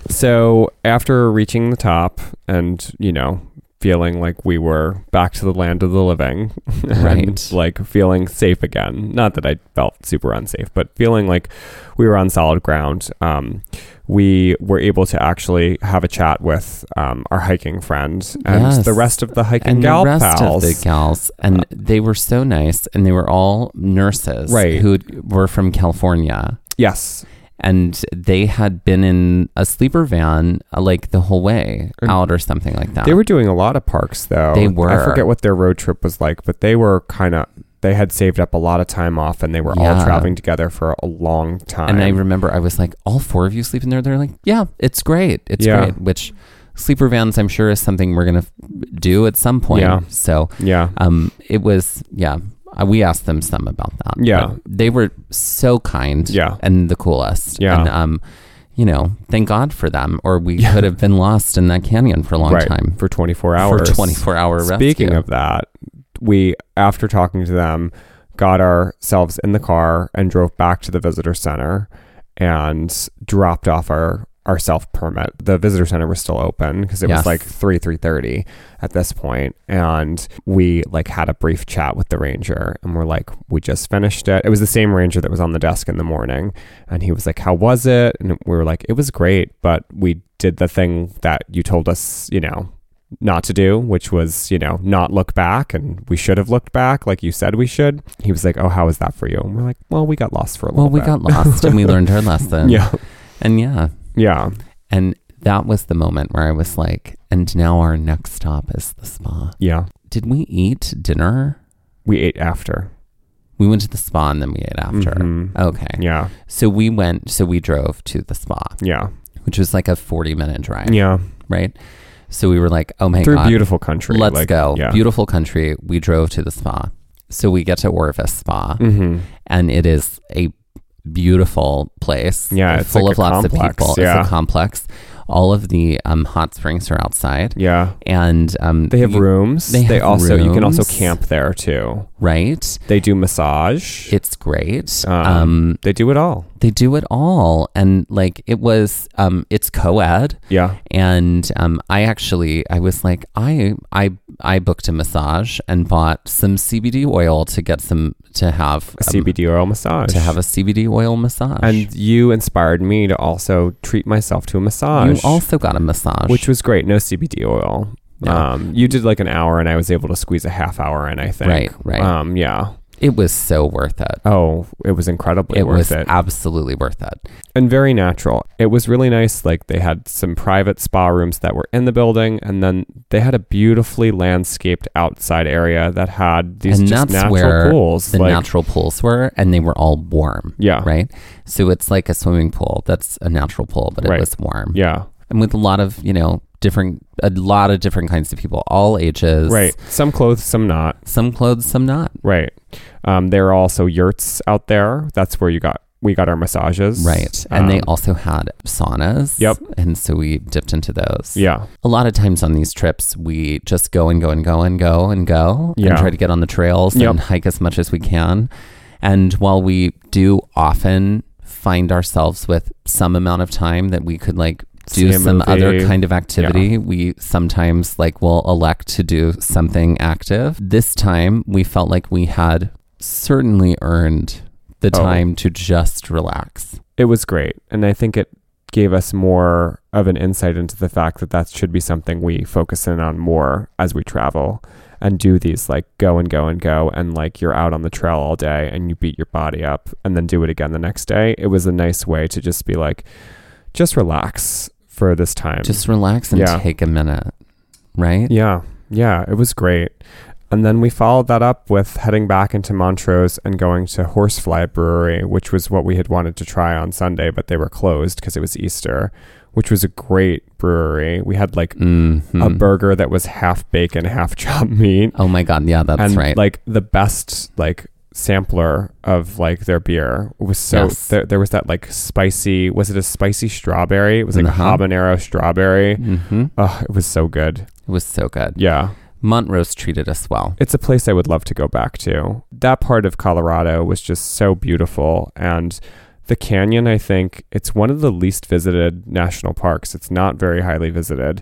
So, after reaching the top and, you know, feeling like we were back to the land of the living, and
Right.
like feeling safe again, not that I felt super unsafe, but feeling like we were on solid ground, um, we were able to actually have a chat with um, our hiking friend and
Yes.
the rest of the hiking gal
the rest
pals.
of the gals, and they were so nice, and they were all nurses
Right.
who were from California.
yes.
and they had been in a sleeper van uh, like the whole way out or something like that.
They were doing a lot of parks though.
They were.
I forget what their road trip was like, but they were kind of they had saved up a lot of time off and they were all
Yeah.
traveling together for a long time.
and I remember I was like, all four of you sleep in there. They're like, yeah, it's great, it's
Yeah.
great. Which sleeper vans, I'm sure, is something we're gonna f- do at some point.
Yeah.
So,
yeah.
um, it was yeah. uh, We asked them some about that.
Yeah.
But they were so kind.
Yeah.
and the coolest.
Yeah.
and um, you know, thank God for them, or we could have been lost in that canyon for a long
right.
time
For 24 hours.
for 24 hour rescue.
Speaking of that, we after talking to them got ourselves in the car and drove back to the visitor center and dropped off our our self permit. The visitor center was still open because it was
Yes.
like 3 3:30 at this point and we like had a brief chat with the ranger and we're like we just finished it. It was the same ranger that was on the desk in the morning and he was like how was it? And we were like it was great, but we did the thing that you told us, you know, not to do, which was, you know, not look back. And we should have looked back, like you said we should. He was like, Oh, how is that for you? And we're like, Well, we got lost for a
Well,
little
we
bit.
got lost and we learned our lesson.
Yeah.
And yeah.
Yeah.
And that was the moment where I was like, and now our next stop is the spa.
Yeah.
Did we eat dinner?
We ate after.
We went to the spa and then we ate after.
Mhm.
Okay.
Yeah.
So we went, so we drove to the spa,
Yeah.
which was like a 40 minute drive.
Yeah.
Right. So we were like, oh my
Through
God.
beautiful country.
Let's
like,
go.
Yeah.
Beautiful country. We drove to the spa. So we get to Orvis Spa,
hmm
and it is a beautiful place.
Yeah, it's
full
like
of
a
lots
complex,
of people.
yeah.
It's a complex. All of the um, hot springs are outside,
Yeah.
and um,
They have
you-
rooms.
they
They,
have
also you can also
rooms.
camp there too.
right.
They do massage.
It's great.
Um,
um,
they do it all.
they do it all, and like it was, um, it's co-ed.
Yeah.
and um, I actually I was like I I I booked a massage and bought some CBD oil to get some to have
A
um,
CBD oil massage.
to have a CBD oil massage.
and you inspired me to also treat myself to a massage.
you also got a massage,
which was great. No CBD oil.
No.
Um, you did like an hour, and I was able to squeeze a half hour in. I think.
Right, right.
Um, yeah.
it was so worth it.
Oh, it was incredibly
It was
worth it,
absolutely worth it.
and very natural. It was really nice. Like they had some private spa rooms that were in the building, and then they had a beautifully landscaped outside area that had these
and
just
that's
natural
where
pools.
the
like,
natural pools were, and they were all warm.
Yeah.
Right. So it's like a swimming pool. That's a natural pool, but
Right.
it was warm.
Yeah.
And with a lot of you know different, a lot of different kinds of people, all ages.
Right. Some clothes, some not.
Some clothes, some not.
Right. Um, there are also yurts out there. That's where you got we got our massages.
Right. And they
Um,
also had saunas.
Yep.
And so we dipped into those.
Yeah.
A lot of times on these trips, we just go and go and go and go and go
Yeah.
and try to get on the trails
Yep.
and hike as much as we can. And while we do often find ourselves with some amount of time that we could like do
See a
some other
movie.
kind of activity, we sometimes like will elect to do something active. This time we felt like we had certainly earned the
Oh.
time to just relax.
It was great. And I think it gave us more of an insight into the fact that that should be something we focus in on more as we travel and do these like go and go and go and like you're out on the trail all day and you beat your body up and then do it again the next day. It was a nice way to just be like just relax for this time.
Just relax and
Yeah.
take a minute, right?
Yeah, yeah, it was great. And then we followed that up with heading back into Montrose and going to Horsefly Brewery, which was what we had wanted to try on Sunday, but they were closed because it was Easter, which was a great brewery. We had like
Mhm.
a burger that was half bacon, half chopped meat,
Oh my God. Yeah, that's
and
right.
like the best like sampler of like their beer It was so
Yes.
there, there was that like spicy was it a spicy strawberry it was like
Uh-huh.
habanero strawberry
hmm
oh it was so good
It was so good.
yeah
Montrose treated us well.
it's a place I would love to go back to. That part of Colorado was just so beautiful. And the canyon, I think, it's one of the least visited national parks. It's not very highly visited.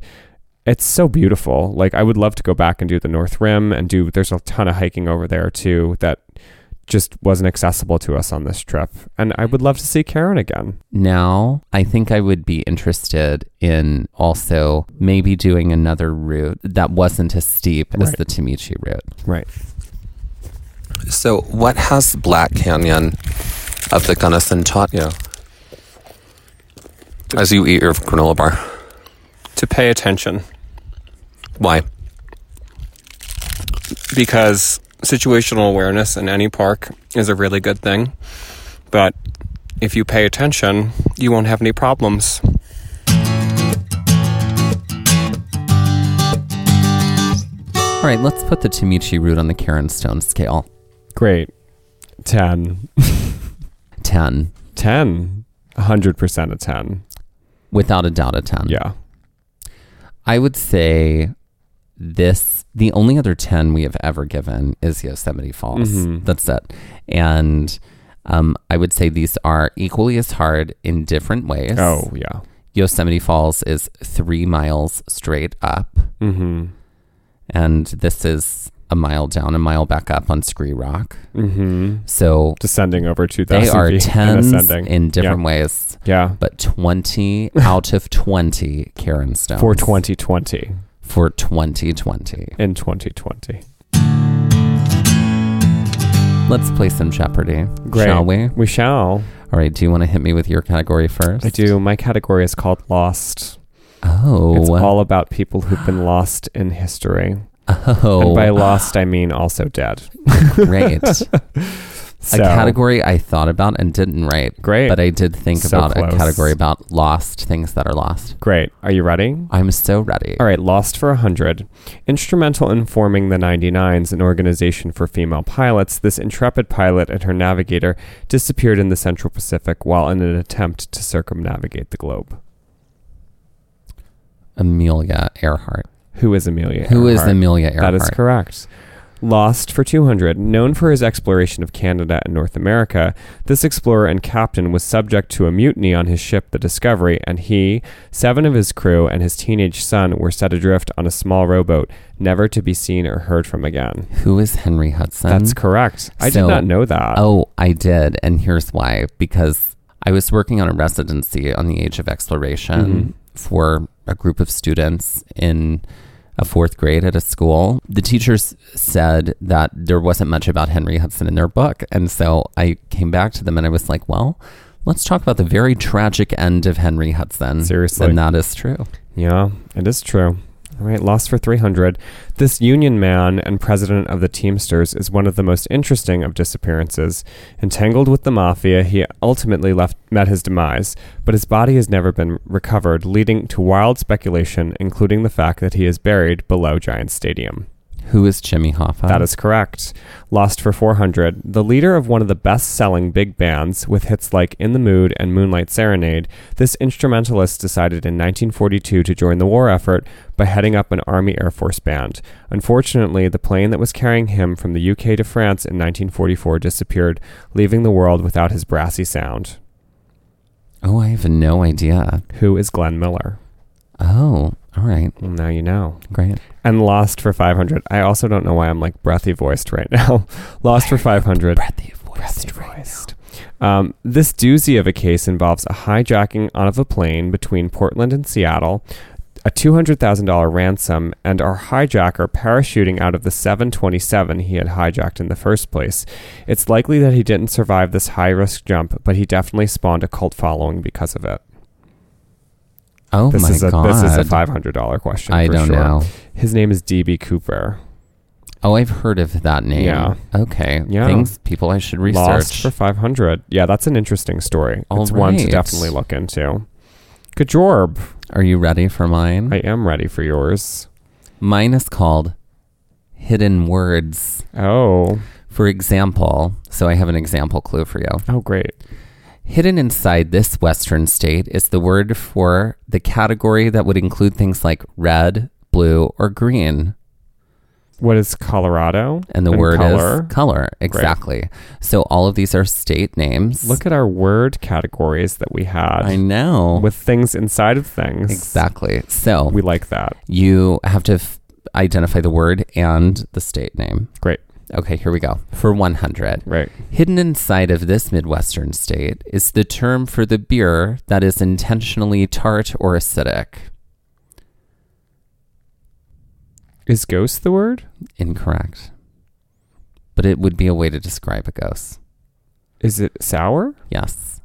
It's so beautiful. Like, I would love to go back and do the North Rim and do, there's a ton of hiking over there too that just wasn't accessible to us on this trip. And I would love to see Karen again.
Now, I think I would be interested in also maybe doing another route that wasn't as steep as
Right.
the Tamichi route.
Right.
So, what has Black Canyon of the Gunnison taught you as you eat your granola bar?
to pay attention
Why?
because situational awareness in any park is a really good thing. But if you pay attention, you won't have any problems.
All right, let's put the Tamichi route on the Karen Stone scale.
Great. 10.
10.
10. 100% a 10.
Without a doubt, a 10.
Yeah.
I would say this the only other 10 we have ever given is Yosemite Falls.
Mhm.
That's it. And um, I would say these are equally as hard in different ways.
Oh, yeah.
Yosemite Falls is three miles straight up,
Mm
and this is a mile down, a mile back up on Scree Rock.
hmm. Mm hmm.
So
descending over 2000
they are
feet and
tens
ascending.
in different
yeah.
ways,
Yeah.
but 20 out of 20 Karen Stones.
For 2020.
For for 2020.
in 2020.
Let's play some Jeopardy,
Great.
shall we?
We shall.
All right. Do you want to hit me with your category first?
I do. My category is called Lost.
Oh.
It's all about people who've been lost in history.
oh.
And by lost, I mean also dead.
Great.
So,
A category I thought about and didn't write.
Great.
But I did think
So
about a
close.
category about lost things that are lost.
Great. Are you ready?
I'm so ready.
All right, Lost for 100. Instrumental in forming the 99s, an organization for female pilots, this intrepid pilot and her navigator disappeared in the Central Pacific while in an attempt to circumnavigate the globe.
Amelia Earhart.
Who is Amelia?
Who is
Earhart?
Amelia Earhart?
That is correct. Lost for 200. Known for his exploration of Canada and North America, this explorer and captain was subject to a mutiny on his ship, the Discovery, and he, seven of his crew, and his teenage son were set adrift on a small rowboat, never to be seen or heard from again.
Who is Henry Hudson?
That's correct. I
Mhm. So-
did not know that.
Oh, I did. And here's why because I was working on a residency on the Age of Exploration
Mm-hmm.
for a group of students in a fourth grade at a school. The teachers said that there wasn't much about Henry Hudson in their book. And so I came back to them and I was like, well, let's talk about the very tragic end of Henry Hudson.
Seriously.
And that is true.
Yeah, it is true. All right, lost for 300. This union man and president of the Teamsters is one of the most interesting of disappearances. Entangled with the mafia, he ultimately left met his demise, but his body has never been recovered, leading to wild speculation, including the fact that he is buried below Giant Stadium.
Who is Jimmy Hoffa?
That is correct. Lost for 400. The leader of one of the best selling big bands, with hits like In the Mood and Moonlight Serenade, this instrumentalist decided in 1942 to join the war effort by heading up an Army Air Force band. Unfortunately, the plane that was carrying him from the UK to France in 1944 disappeared, leaving the world without his brassy sound.
Oh, I have no idea.
Who is Glenn Miller?
Oh, all right.
Well, now you know.
Great.
And Lost for 500. I also don't know why I'm like breathy voiced right now. Lost for 500.
Breathy voice.
Christ. Um, this doozy of a case involves a hijacking of a plane between Portland and Seattle, a $200,000 ransom, and our hijacker parachuting out of the 727 he had hijacked in the first place. It's likely that he didn't survive this high risk jump, but he definitely spawned a cult following because of it.
Oh
This
my
is a
god.
this is a $500 question.
I
for
don't
sure.
know.
His name is DB Cooper.
Oh, I've heard of that name.
Yeah.
Okay.
Yeah.
Things people I should research.
Lost for 500. Yeah, that's an interesting story.
All
it's one to
right.
definitely look into. Good job.
Are you ready for mine?
I am ready for yours.
Mine is called Hidden Words.
Oh.
For example, so I have an example clue for you.
Oh, great.
Hidden inside this western state is the word for the category that would include things like red, blue, or green.
What is Colorado?
And the word
color?
is color. Exactly. So all of these are state names.
Look at our word categories that we had
I know.
with things inside of things.
exactly. So
We like that.
You have to f- identify the word and the state name.
Great.
Okay, here we go. For 100.
Right.
Hidden inside of this Midwestern state is the term for the beer that is intentionally tart or acidic.
Is ghost the word?
Incorrect. But it would be a way to describe a ghost.
Is it sour?
Yes.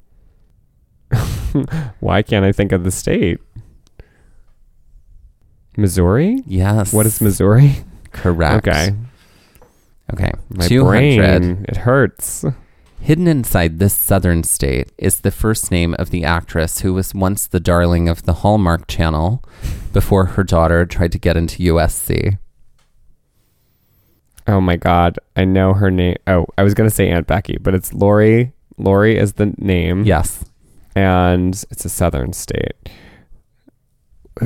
Why can't I think of the state? Missouri?
Yes.
What is Missouri?
Correct.
Okay.
Okay.
My
200.
brain. It hurts.
Hidden inside this southern state is the first name of the actress who was once the darling of the Hallmark Channel before her daughter tried to get into USC.
Oh my God. I know her name. Oh, I was going to say Aunt Becky, but it's Lori. Lori is the name.
Yes.
and it's a southern state.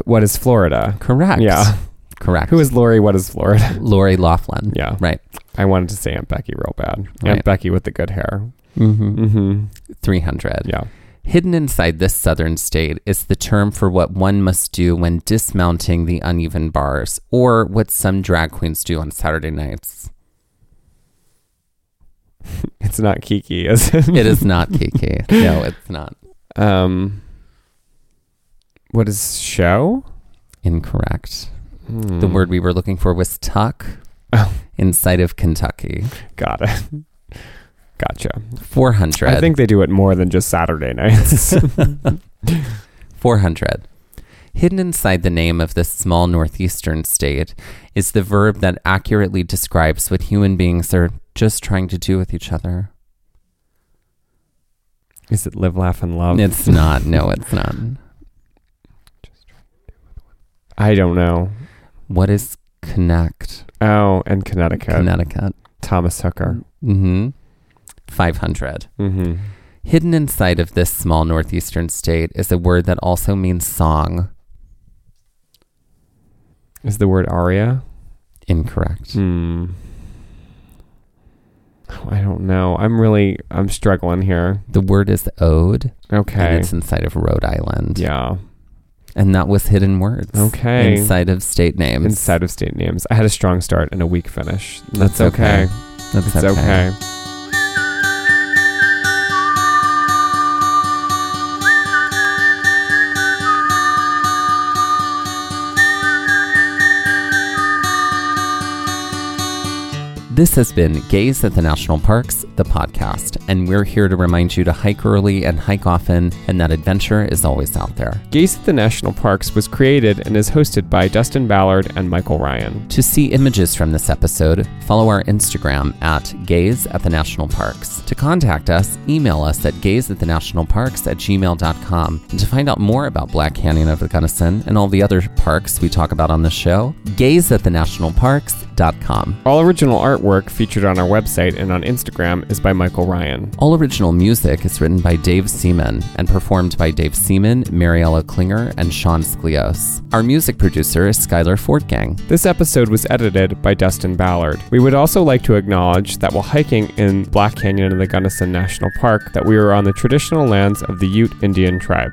What is Florida?
Correct.
Yeah.
Correct.
Who is Lori? What is Florida?
Lori Laughlin?
Yeah.
Right.
I wanted to say Aunt Becky real bad.
Right.
Aunt Becky with the good hair.
Mm-hmm.
Mm-hmm.
300.
Yeah.
Hidden inside this southern state is the term for what one must do when dismounting the uneven bars or what some drag queens do on Saturday nights.
It's not Kiki, is it?
It is not Kiki. No, it's not.
Um, what is show?
Incorrect. The word we were looking for was tuck
Hmm. Oh.
inside of Kentucky.
Got it. Gotcha.
400.
I think they do it more than just Saturday nights.
400. Hidden inside the name of this small northeastern state is the verb that accurately describes what human beings are just trying to do with each other.
Is it live, laugh, and love?
It's not. No, it's not.
I don't know.
What is connect?
Oh, and Connecticut.
Connecticut.
Thomas Hooker.
hmm 500.
Mm-hmm.
Hidden inside of this small northeastern state is a word that also means song.
Is the word aria?
Incorrect.
Hmm. Oh, I don't know. I'm really I'm struggling here.
The word is ode, and
Okay.
it's inside of Rhode Island.
Yeah.
And that was hidden words.
Okay.
Inside of state names.
Inside of state names. I had a strong start and a weak finish.
That's
That's okay.
That's
It's okay.
This has been Gaze at the National Parks, the podcast, and we're here to remind you to hike early and hike often, and that adventure is always out there.
Gaze at the National Parks was created and is hosted by Dustin Ballard and Michael Ryan.
To see images from this episode, follow our Instagram at Gaze at the National Parks. To contact us, email us at gaze at the national parks at gmail.com. And to find out more about Black Canyon of the Gunnison and all the other parks we talk about on this show, gaze at the national parks.com.
All original artwork featured on our website and on Instagram is by Michael Ryan.
All original music is written by Dave Seaman and performed by Dave Seaman, Mariella Klinger, and Sean Sklios. Our music producer is Skylar Fortgang.
This episode was edited by Dustin Ballard. We would also like to acknowledge that while hiking in Black Canyon and the Gunnison National Park, that we were on the traditional lands of the Ute Indian tribe.